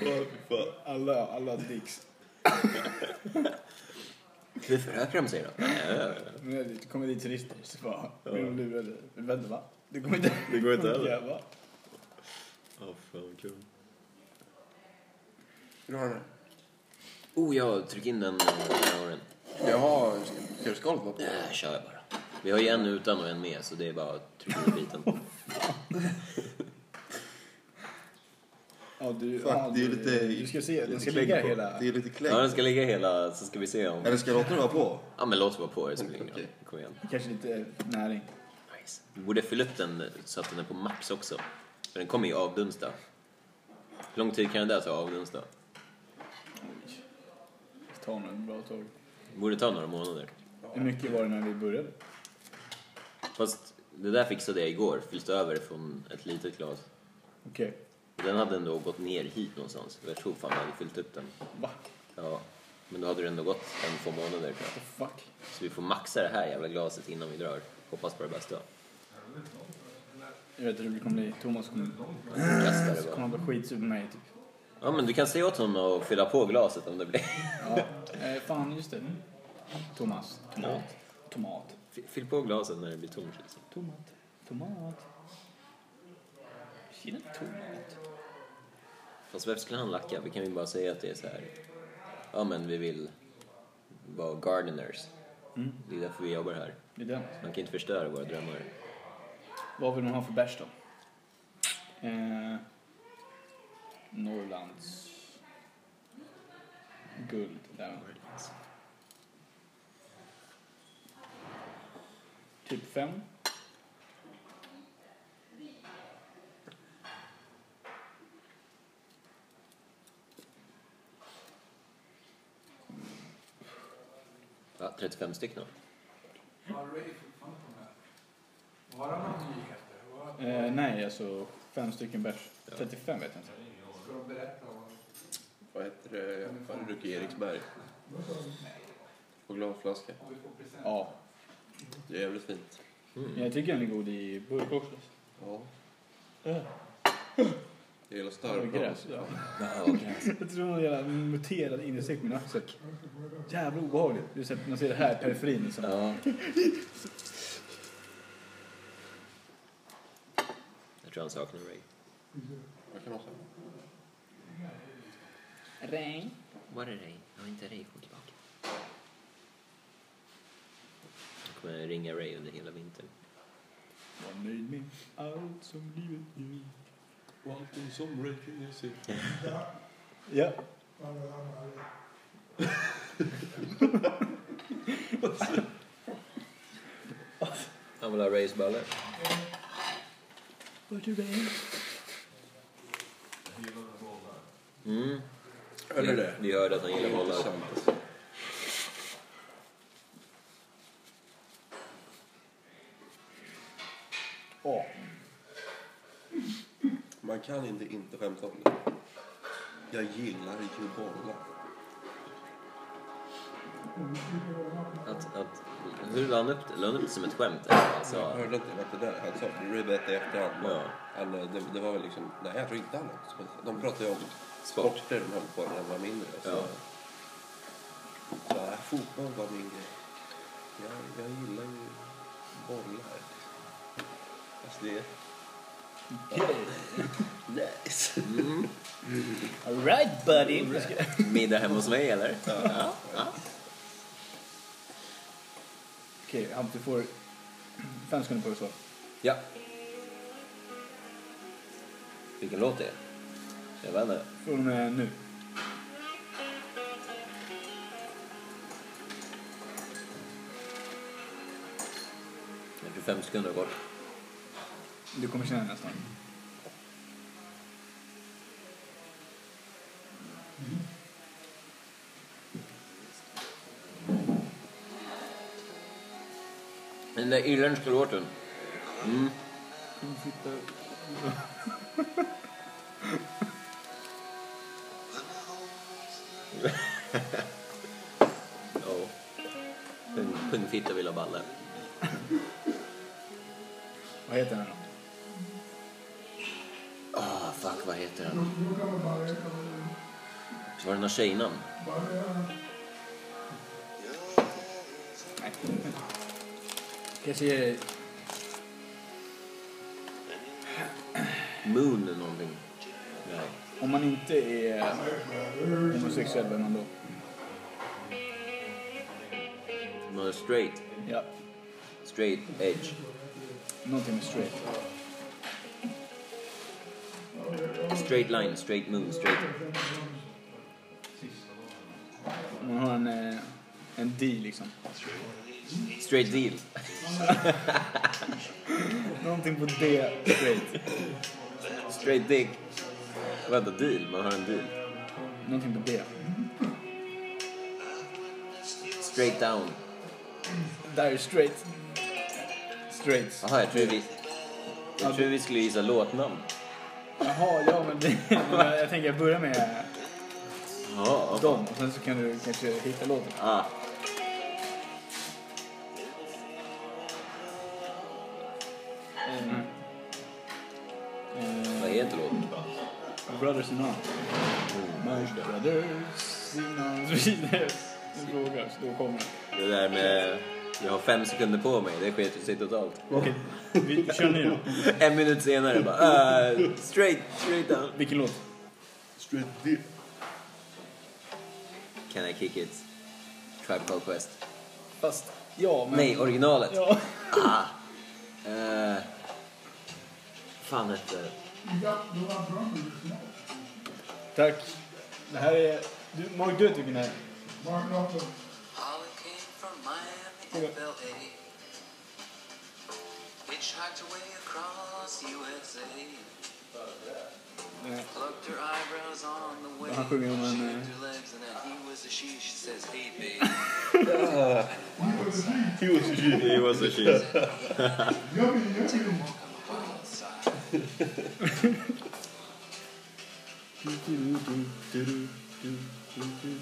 Åh, fan.
Alla, alla dicks.
Hur förökar de sig då?
Men när det kommer dit turister så bara blir de lurade. Vänta va? Det kommer inte
Det går
*laughs*
inte heller.
funka va?
Åh, fan kul.
Hur har du det?
Oh, jag tryck in den eh, öronen.
Jaha, ska- ska du skål på?
Äh, kör jag bara. Vi har ju en utan och en med, så det är bara att trycka in biten.
Ja, du,
Fuck,
ja,
det är
du,
lite-
du ska se, den ska
Klägg
ligga
på.
hela...
Det är lite klägg.
Ja, den ska ligga hela, så ska vi se om...
Eller ska jag låta den vara på?
Ja, men låt vara på, det spelar ingen roll.
Okej.
Kom igen.
Kanske lite näring.
Nice. Vi borde fylla upp den så att den är på max också. För den kommer ju avdunsta. Hur lång tid kan den där ta att avdunsta?
Oj. Det tar nog ett bra tag.
Det borde ta några månader.
Hur mycket var det när vi började?
Fast det där fixade jag igår, fyllt över från ett litet glas.
Okej.
Den hade ändå gått ner hit någonstans. Jag tror fan jag hade fyllt upp den.
Va?
Ja. Men då hade det ändå gått en, två månader tror jag.
The fuck?
Så vi får maxa det här jävla glaset innan vi drar. Hoppas på det bästa.
Jag vet inte hur det kommer bli. Thomas kommer,
Kasta det bara.
kommer bli skitsur på mig typ.
Ja men du kan säga åt honom att fylla på glaset om det blir. *laughs*
Ja. Eh, fan, just det. Thomas. Tomat. Tomat.
F- Fyll på glaset när det blir tomt liksom.
Tomat. Tomat. Kina tomat.
Fast varför skulle han lacka? Vi kan ju bara säga att det är så här. Ja men vi vill vara gardeners. Det är därför vi jobbar här.
Det är den.
Man kan inte förstöra våra drömmar.
Vad vill man ha för bärs då? Eh, Norrlands... Guld. Där. Typ fem.
Va, 35 stycken?
Eh, nej, alltså fem stycken bärs. 35 vet jag inte.
Vad heter det? Vad är det? Eriksberg. Chokladflaska.
Ja,
Det är jävligt fint.
Mm.
men jag tycker den är god i burk också.
Ja. Jag gillar
Och
stark.
gräs. Ja.
Ja, okej.
Jag tror någon jävla muterad insekt med en axelk. Jävla obehagligt. Du ser, man ser det här i periferin liksom.
ja. Jag tror han saknar mig.
Vad kan man säga?
Regn.
Var är Ray? Jag har inte Ray kommit tillbaka. Jag kommer ringa Ray under hela vintern.
Var nöjd med allt som livet ger.
Och allting som Reagan jag ser.
Ja.
Han vill ha Rays baller.
Var du regn?
Mm.
Hörde du det?
Vi hörde att han gillar bollar.
Intressant alltså.
Ja.
Man kan inte inte skämta om det. Jag gillar ju bollar.
Att, att, hur la han upp det? La han upp det som ett skämt? eller?
Jag
Alltså,
hörde inte vad det där han sa. Det blev bättre i efterhand.
Ja.
Han, eh, det, det var väl liksom... Nej, jag tror inte han också. De pratade ju om
Sport.
sporter de höll på när de var mindre. Så,
Ja.
så här, fotboll var min grej. Jag, jag gillar ju bollar. Så det är
Nice.
Alright buddy!
Middag hemma hos mig eller?
Okej, Hamp, du får fem sekunder på dig att svara.
Ja. Vilken låt det är? Jag vet inte.
Från och med nu.
Det är 25 sekunder kvar.
Du kommer känna den nästan.
Den där irländska låten. Mm. Ja. Pung- Pungfitta vill ha balle.
Vad heter den då?
Ah, fuck vad heter den? Var det någon tjejnamn?
Nej. Kanske är
Moon någonting? Nej.
Om man inte är homosexuell, vem är man då?
Man är straight.
Ja.
Straight edge.
Någonting med straight.
Straight line, straight moon, straight...
Om man har en, eh, en D liksom.
Straight deal. *laughs*
Någonting på D, straight.
Straight dick. Vänta, deal? Man har en deal.
Någonting på D.
Straight down.
Där är straight. Straight.
Jaha, jag tror vi... Jag tror vi skulle gissa låtnamn.
Jaha, ja men det, *laughs* jag, jag tänker jag börjar med
Jaha.
dem och sen så kan du kanske hitta låten.
Ah.
Eh,
Vad heter låten?
Brothers in arms. My brothers in *laughs* arms. Vidare. Du frågar, så då kommer den.
Det där med... Jag har fem sekunder på mig, det sket ju sig totalt.
Okej, vi vi kör nu då.
En minut senare bara... ah, straight, straight down.
Vilken låt?
straight deal.
Can I kick it? Tribe Called Quest.
Fast, ja men...
Nej, originalet.
Ja.
Ah. Eh. fan hette...
Tack. Det här är... Du, Mark, du vet vilken det här är.
Holly came from Miami and LA. Hitchhiked her way across USA.
Yeah.
Plucked her eyebrows on the way.
Han sjunger om en,
She
eh,
licked her legs and then he was a she. She says, hey babe.
It was a shit.
Walk on the wild side.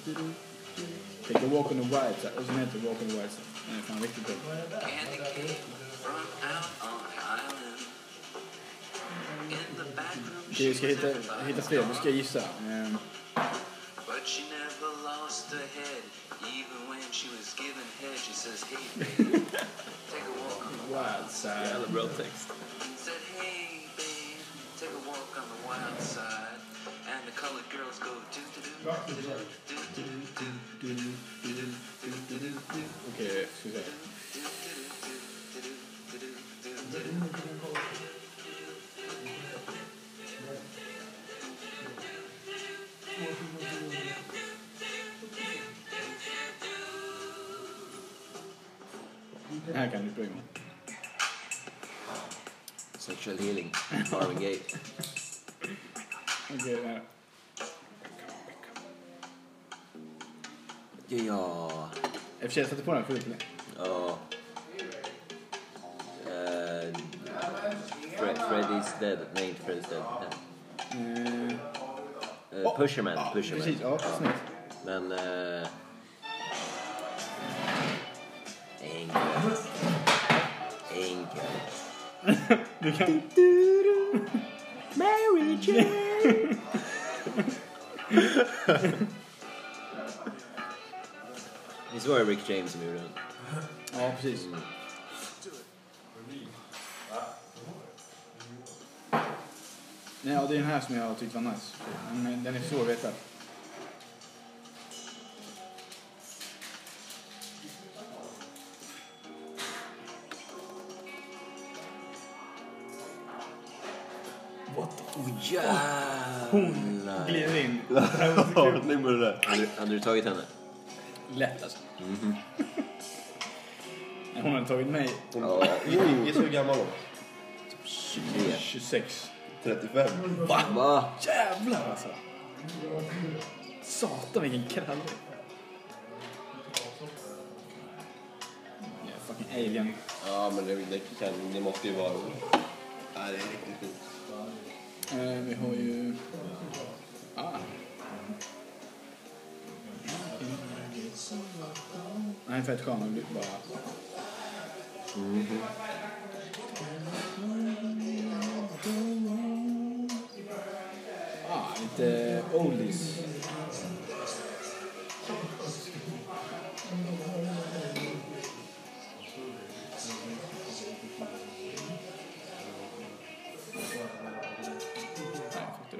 Take a walk on the wild side. Och sen heter det Walk on the wild side. Den är fan riktigt bra.
Candy cane from out on an island. In the back room
Okej,
she
vi ska
was
hitta,
everybody's
hitta fler. Nu
dog.
ska jag gissa. Ehm,
But she never lost her head, even when she was given head. She says, "Hey, babe, take a walk on the wild side."
Jävla bra text.
Said, "Hey, babe, take a walk on the wild side." And the colored girls go do do do do do do do do do do do do do do do.
Okej, okay, ska vi se. Den här kan du springa med.
Sexual healing. Marvin Gaye.
Okej, den här.
Ja...
I och för sig, jag satte på den förut. men-
Ja... Eh, Fre- Freddy's Dead. Nej, inte Freddy's Dead.
Eh,
Uh, Pusherman. Pusherman.
Precis, ja, snyggt.
Men... eh, enkelt. Enkelt.
Du kan...
Mary Jane! Visst var det Rick James som Mm. gjorde den?
Ja, precis. Nej, ja, det är den här som jag har tyckt var nice. Men den är svår att veta.
Oh, jävlar!
Glider in.
Öppning på det där.
Hade, hade du tagit henne?
Lätt alltså. Hon har tagit mig
*laughs* Ja,
Gissa hur gammal hon
23.
26.
är. 35.
Va?
Jävlar alltså. Satan vilken kralle. Yeah, fucking alien.
Ja, men det, det, kan, det måste ju vara... Nej, det är riktigt fint.
Eh, vi har ju... Ah. Nej, fett skön. Den blir bara... Ah, lite oldies. Nej, fattar du.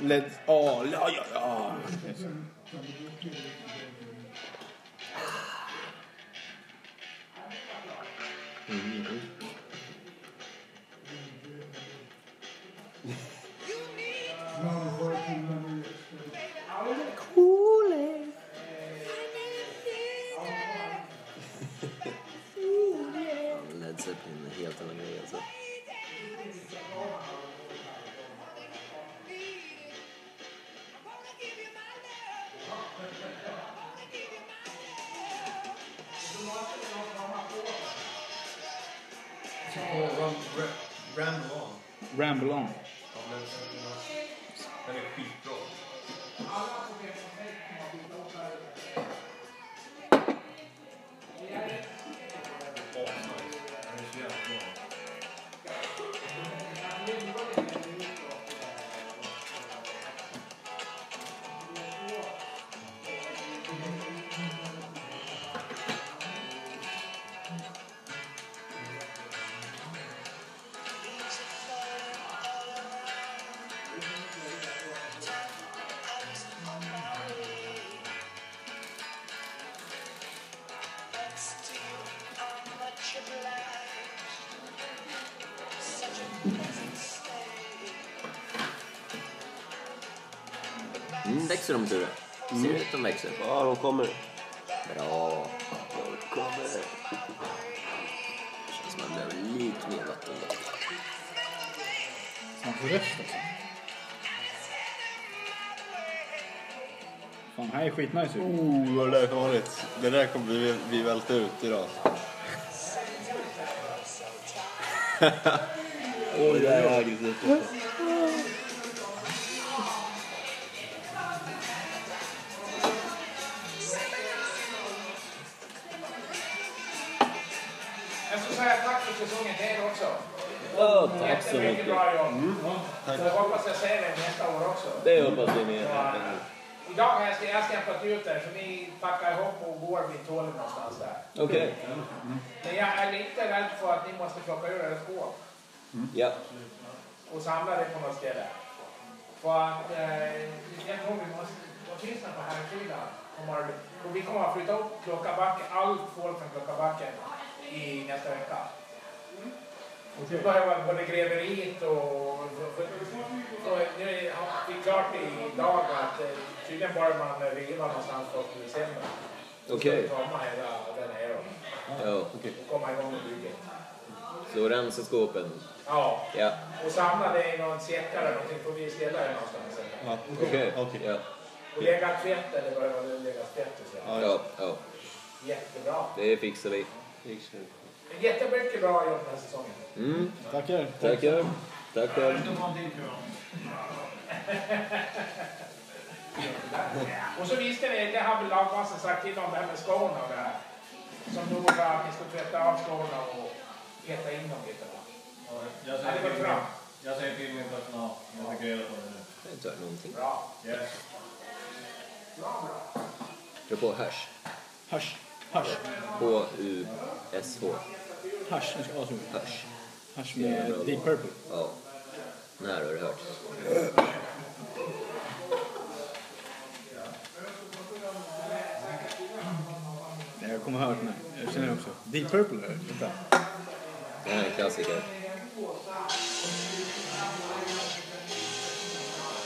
Let's all... Ja, ja, ja.
Led Zeppelin är en helt annan grej alltså.
Ramble on.
Ramble on.
Ja, men Den är skitbra. Asnice. Den är så jävla bra.
Mm, växer de Ture? Ser ut de växer.
Mm. Ja, de kommer.
Bra. De kommer. Känns som man behöver lite mer vatten då.
Han får röst också. Fan, här är skitnice ju.
Oh, vad det där kommer varit. Det där kommer vi, vi välta ut idag. Oj, det är aggressivt. *laughs*
Jag ska säga tack för säsongen till er också.
tack så mycket. Mm,
Så jag hoppas jag ser er nästa år också.
Det hoppas vi med.
Idag har jag stämplat ut er så ni packar ihop och går vid tålen någonstans där.
Okej.
Men jag är lite rädd för att ni måste plocka ur era skåp
Ja.
och samla det på något ställe. För att eh, jag tror vi måste, åtminstone på herrsidan, kommer, och vi kommer att flytta upp Klockabacken, allt folk från Klockabacken i nästa vecka. Vi behöver både greveriet och... och nu har vi klart idag att eh, tydligen börjar man riva någonstans först i december.
Okej.
Så tomma hela den här och
Ja.
komma igång med bygget.
Så rensa skåpen.
Ja.
Ja.
och samla det i någon säck eller någonting får vi ställa det någonstans.
Okej. Ja.
Och lägga tvätt eller vad det var, lägga tvätt och så.
Ja. ja.
Jättebra.
Det fixar vi.
Jättemycket bra jobb den här säsongen.
Mm.
Tackar.
Tackar. Tackar.
Och så visste ni, det har väl lagmassen sagt till om det här med skorna och det här. Som då var att ni ska tvätta av skorna och peta in dem lite va? Ja, det var bra.
Jag säger till min personal. Jag tycker reda på det nu.
Jag har inte hört någonting.
Yes.
Dra på hash.
Hasch. Hasch.
H-U-S-H.
Hasch. Jag ska avsluta.
Hash.
Hasch med Deep Purple.
Ja. Den här har du hört.
Nej, jag kommer höra den här. Jag känner också. Deep Purple är det. Vänta.
Det här är en klassiker.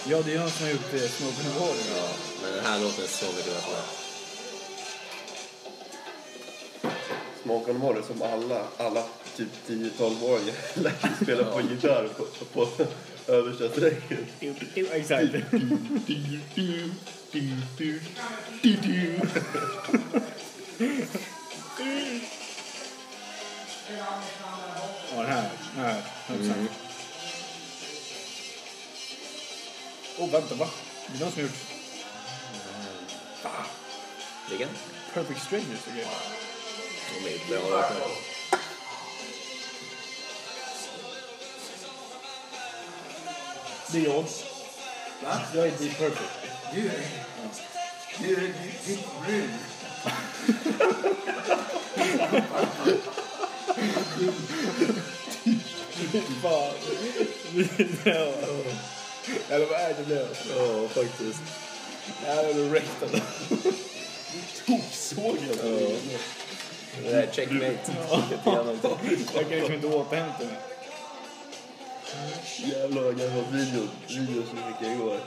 Ja, det är jag som har gjort eh, Smoking on Water.
Ja, men den här låten är så mycket bättre.
Smoke on Water som alla, alla typ 10-12-åringar *laughs* lär sig spela på gitarr på, på översta strecket.
Exakt. Ja, den här. Den här. Mm. Åh, vänta, va? Det är de som har gjort
Vilken?
Perfect Strangers och grejer.
De är bra låtar.
Det är jag. Va? Jag är Deep Purple.
Du är... Du är riktigt brun.
Fan. Ja. Eller vad är det nu? Ja, faktiskt. Det här är väl rätt eller?
Ja. Det där är checkmate. Ett igenom.
Jag kan liksom inte återhämta mig.
Jävlar vad gamla videon, videon som fick jag igår.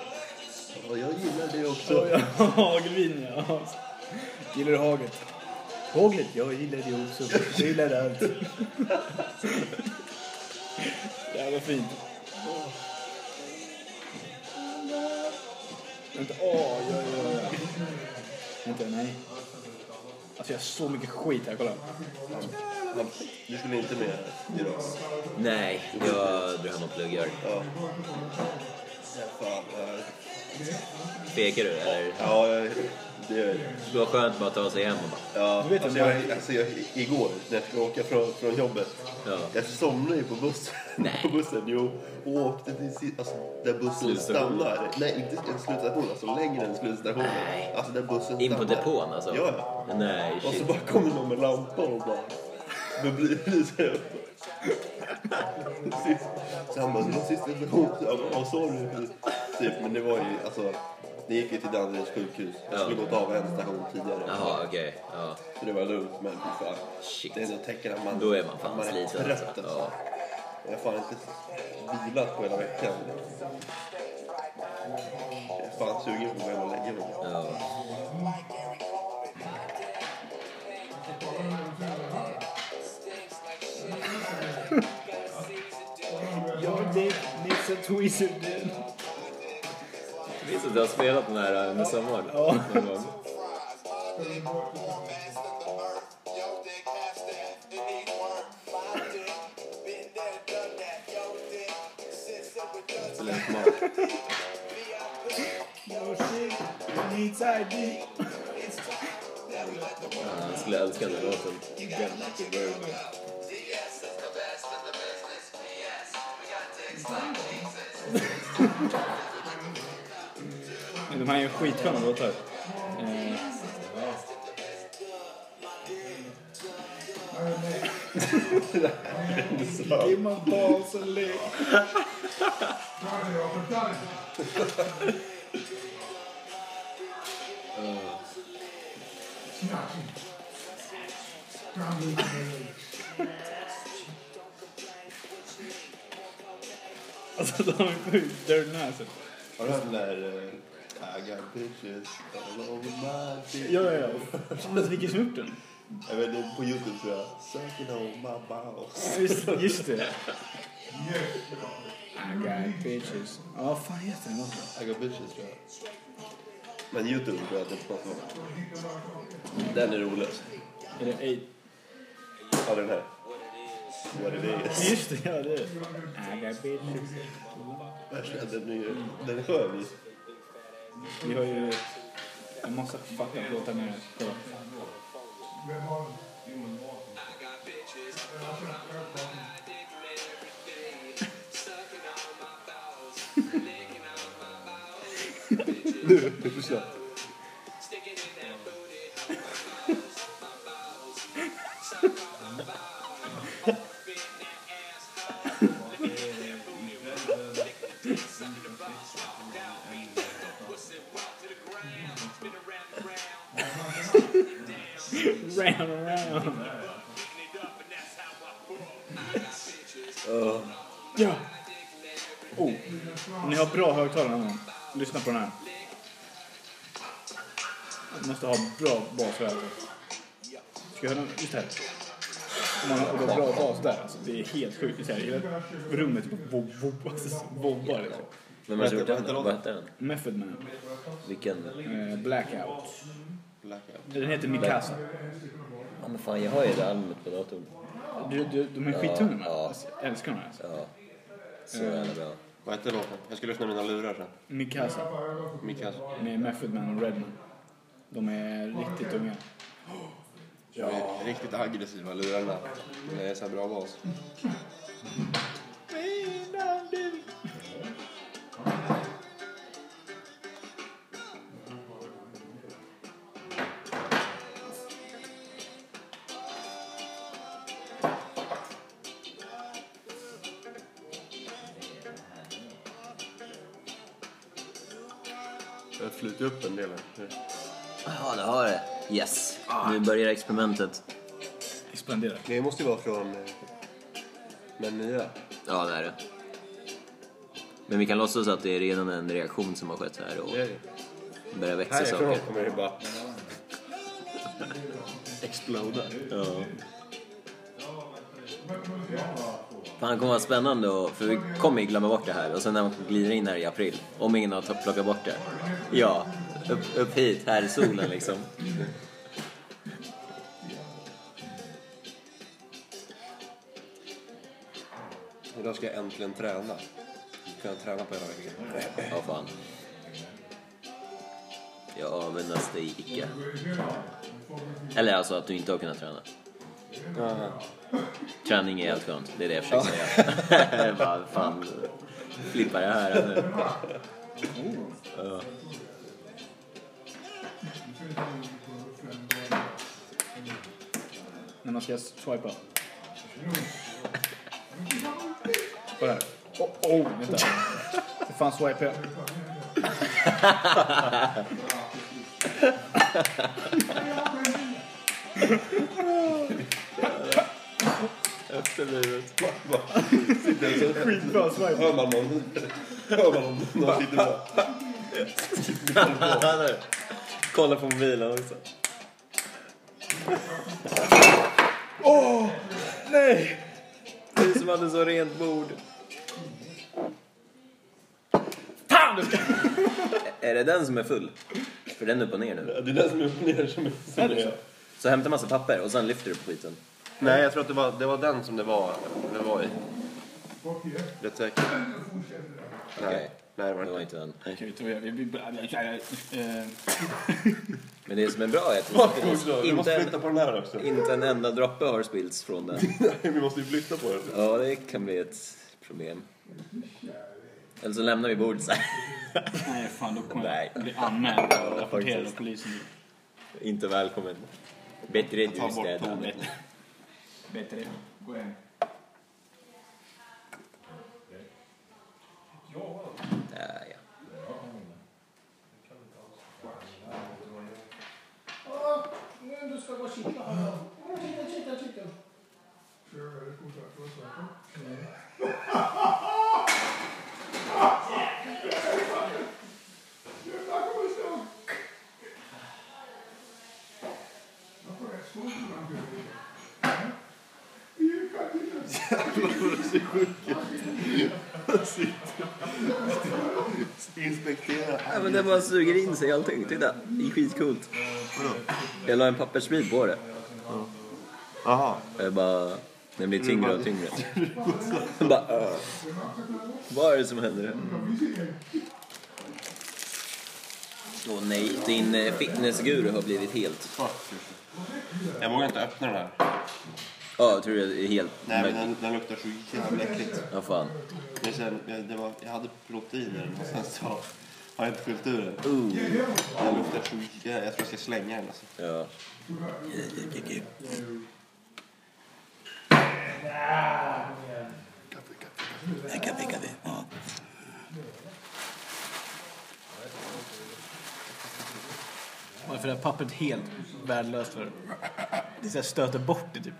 Ja, jag gillar det också.
Ja, Hagelvin, ja. Gillar du haglet? Haglet? Jag gillar det också. Jag gillar allt. Jävla fint. Vänta, åh, ja, ja, ja. Vänta, nej. Alltså jag har så mycket skit här, kolla.
Han- Du skulle inte med idag?
Nej, jag drar hem och pluggar.
Ja. Fan, ja.
Tvekar du eller?
ja, jag- det gör jag.
Det var skönt bara att ta sig hem och bara...
Ja,
Du vet
alltså,
att
jag, alltså jag, igår när jag skulle åka från, från jobbet.
Ja.
Jag somnade ju på bussen. *laughs*
Nej.
på bussen, jo. Och åkte till si- alltså, där bussen
Slutstationen.
stannar. Nej, inte en slutstation. Alltså längre än slutstationen.
Nej.
Alltså där bussen
In på
stannar.
depån alltså?
Ja, ja.
Nej,
Och så
shit.
bara kommer någon med lampa och bara... Men blir det så här? *laughs* Så han bara, det var sista station. Så jag bara, "Ja, sorry. Typ, men det var ju alltså... Det gick ju till Danderyds sjukhus. Jag skulle
Ja.
gått av en station tidigare.
Jaha, okej. Ja.
Så det var lugnt, men fy fan.
Shit.
Det är ändå tecken att man,
Då är man fan
man är
sliten
trött.
alltså. Ja.
Alltså. Jag har fan inte vilat på hela veckan. Jag är fan sugen på att gå hem och lägga mig.
ja.
Jag det needs a tweezer dude.
Jag minns att du har spelat den här under sommaren.
Ja.
Någon gång. Eller smart.
No shit, needs ID.
Ja, Jag skulle älska den här låten.
Men De här är ju skitsköna låtar. Eh,
Så.
man bas och lek. Alltså de är sjukt dirty nice.
Har du hört den där... eh, I got bitches all over my dick.
Ja, ja, ja. Fan, alltså, vilken snurten.
Jag vet inte, på Youtube tror jag. Sucking on my balls.
Just, just det. I got bitches. Oh, Ja, vad fan heter den låten?
I got bitches tror jag. Men Youtube tror jag att det är pratar om. Den är rolig. alltså.
Är det Eight? *laughs*
Ja, den här. What it is.
Just det, ja det är det. I got bitches.
Den är, den är skön. ju.
Vi har ju en massa fucking låtar nere. Kolla.
I got bitches all around my dick every day. Sucking on
Nu, du kör.
Round and round. *laughs* Ja. Oh. Ni har bra högtalare nu. Lyssna på den här. Ni måste ha bra bas här. Ska jag höra den? Just här. Om man har bra bas där, alltså, det är helt sjukt. Det är så här, hela rummet typ vov, vov, alltså, vovvar. Liksom.
Vem har
Vad
gjort
heter- vad heter
den?
de?
Vad heter den?
Method Man,
Vilken?
eh, Blackout.
Blackout.
Den heter Mikasa.
Ja men fan jag har ju det albumet på datorn.
Du, du, de är skittunga de här.
ja.
Alltså, jag älskar de här. Alltså.
Ja. Så jävla bra.
Vad hette låten? Jag ska lyssna på mina lurar sen.
Mikasa
Mikael.
med Method Man och Redman. De är riktigt tunga.
De är Riktigt aggressiva lurarna. Det är så här bra bas. Jag har flutit upp en del här.
Ja, det har det. Yes. Nu börjar experimentet.
Expandera.
Det måste ju vara från... eh, Men nya.
Ja, det är det. Men vi kan låtsas att det är redan en reaktion som har skett här och
Det är det.
börjar växa
Härifrån
saker.
kommer det bara... Exploda.
Ja. Fan, det kommer vara spännande och, för vi kommer ju glömma bort det här och sen när man glider in här i april, om ingen har t- plockat bort det. Ja, upp, upp hit, här i solen liksom.
Idag ska jag äntligen träna. Jag kan träna på hela veckan.
Ja, fan. Jag avundas dig icke. Eller alltså att du inte har kunnat träna. Träning är helt skönt, det är det jag försöker säga. *laughs* Vad fan flippar jag här eller? Ja.
När man ska swipa. Kolla här. Oh, oh, vänta. Hur fan swipar jag? Skitbra swipe.
Hör man någon? Hör man någon? Någon sitter bra.
Kolla på mobilen också.
Nej!
Du som hade så rent bord.
Fan! Du ska...
Är det den som är full? För den är upp och ner nu.
Det är den som är upp och ner som är...
Är det så?
Så hämta massa papper och sen lyfter du på skiten.
Nej, jag tror att det var, det var den som det var, det var i. Rätt säker.
Okej.
Nej, nej, det var
Det var
inte.
inte den.
Okej, vi tror jag- vi blir- Eh,
Men det som är bra är att det finns
Vi
inte
måste
en,
flytta på den här också.
inte en enda droppe har spillts från den.
*laughs* Vi måste ju flytta på den.
Ja, det kan bli ett problem. Eller så lämnar vi bordet så här.
Nej, fan då kommer
Nej.
jag bli anmäld och rapporterad av
Faktiskt.
polisen.
Inte välkommen. Bättre du
Ta bort
städar.
tornet. Bättre. Gå hem.
Där, ja.
Men du ska gå och kika. Åh, titta, titta, titta.
Inspektera.
Ja, men den bara suger in sig i allting. Titta, det är skitcoolt. Jag la en pappersbit på det.
Jaha.
Jag bara... Den blir tyngre och tyngre. Jag bara, "Åh." Vad är det som händer? Åh nej, din eh, fitnessguru har blivit helt...
Jag vågar inte öppna den här.
Ja, jag tror det är helt...
Nej, men den, den luktar så jävla äckligt.
Ja, fan.
Jag, känner, jag, det var, jag hade proteiner och sen så Har inte fyllt ur den? Den luktar så jä- Jag tror jag ska slänga den. Alltså.
Ja.
Varför är det här pappret helt värdelöst för? Det är så här stöter bort det typ.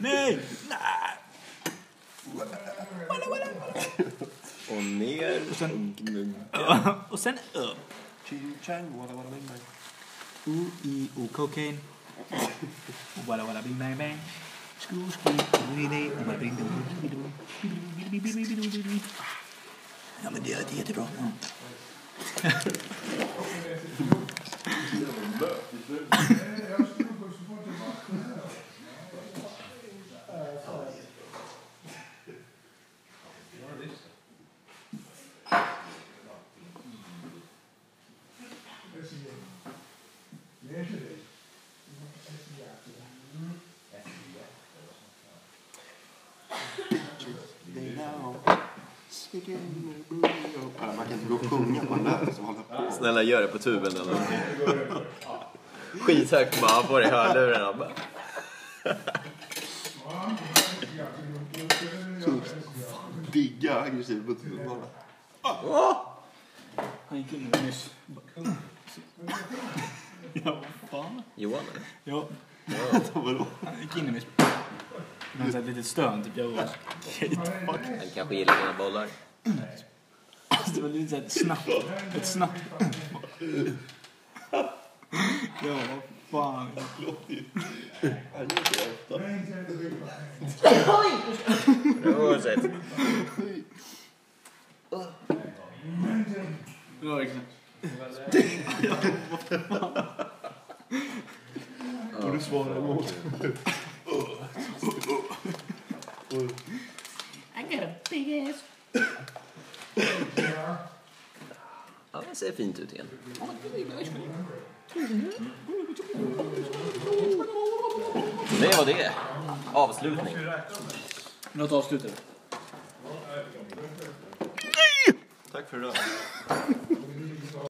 Nej!
Och ner och gnugg.
Och sen upp.
Ching-chang, walla walla bing bang.
Ooh, ee, ooh, cocaine. Walla walla bing bang bang. Skoo, skoo, ooh, nee, ooh, walla bing doo, doo, doo, doo, doo, doo, doo, doo. Ja, men det, det är jättebra. Mm.
They now stick in the burrito. Ja, Man kan inte gå och sjunga på en lön som håller på.
Snälla gör det på tuben eller någonting. Skithögt bara, på dig hörlurarna. Bara,
Digga aggressiv buttonsvara.
Han gick in nyss. Ja, vad fan.
Johan eller?
Ja,
Vadå?
han gick in nyss. Men så här ett litet stön typ. Jag bara, okej, fuck.
Han kanske gillar dina bollar.
Alltså, Det var lite såhär ett snabbt, ett snabbt... Ja, vad fan.
Oavsett.
Det var verkligen...
Och du svarar emot.
Ja, det ser fint ut igen. Det var det. Avslutning.
Låt avsluta det.
Tack för idag.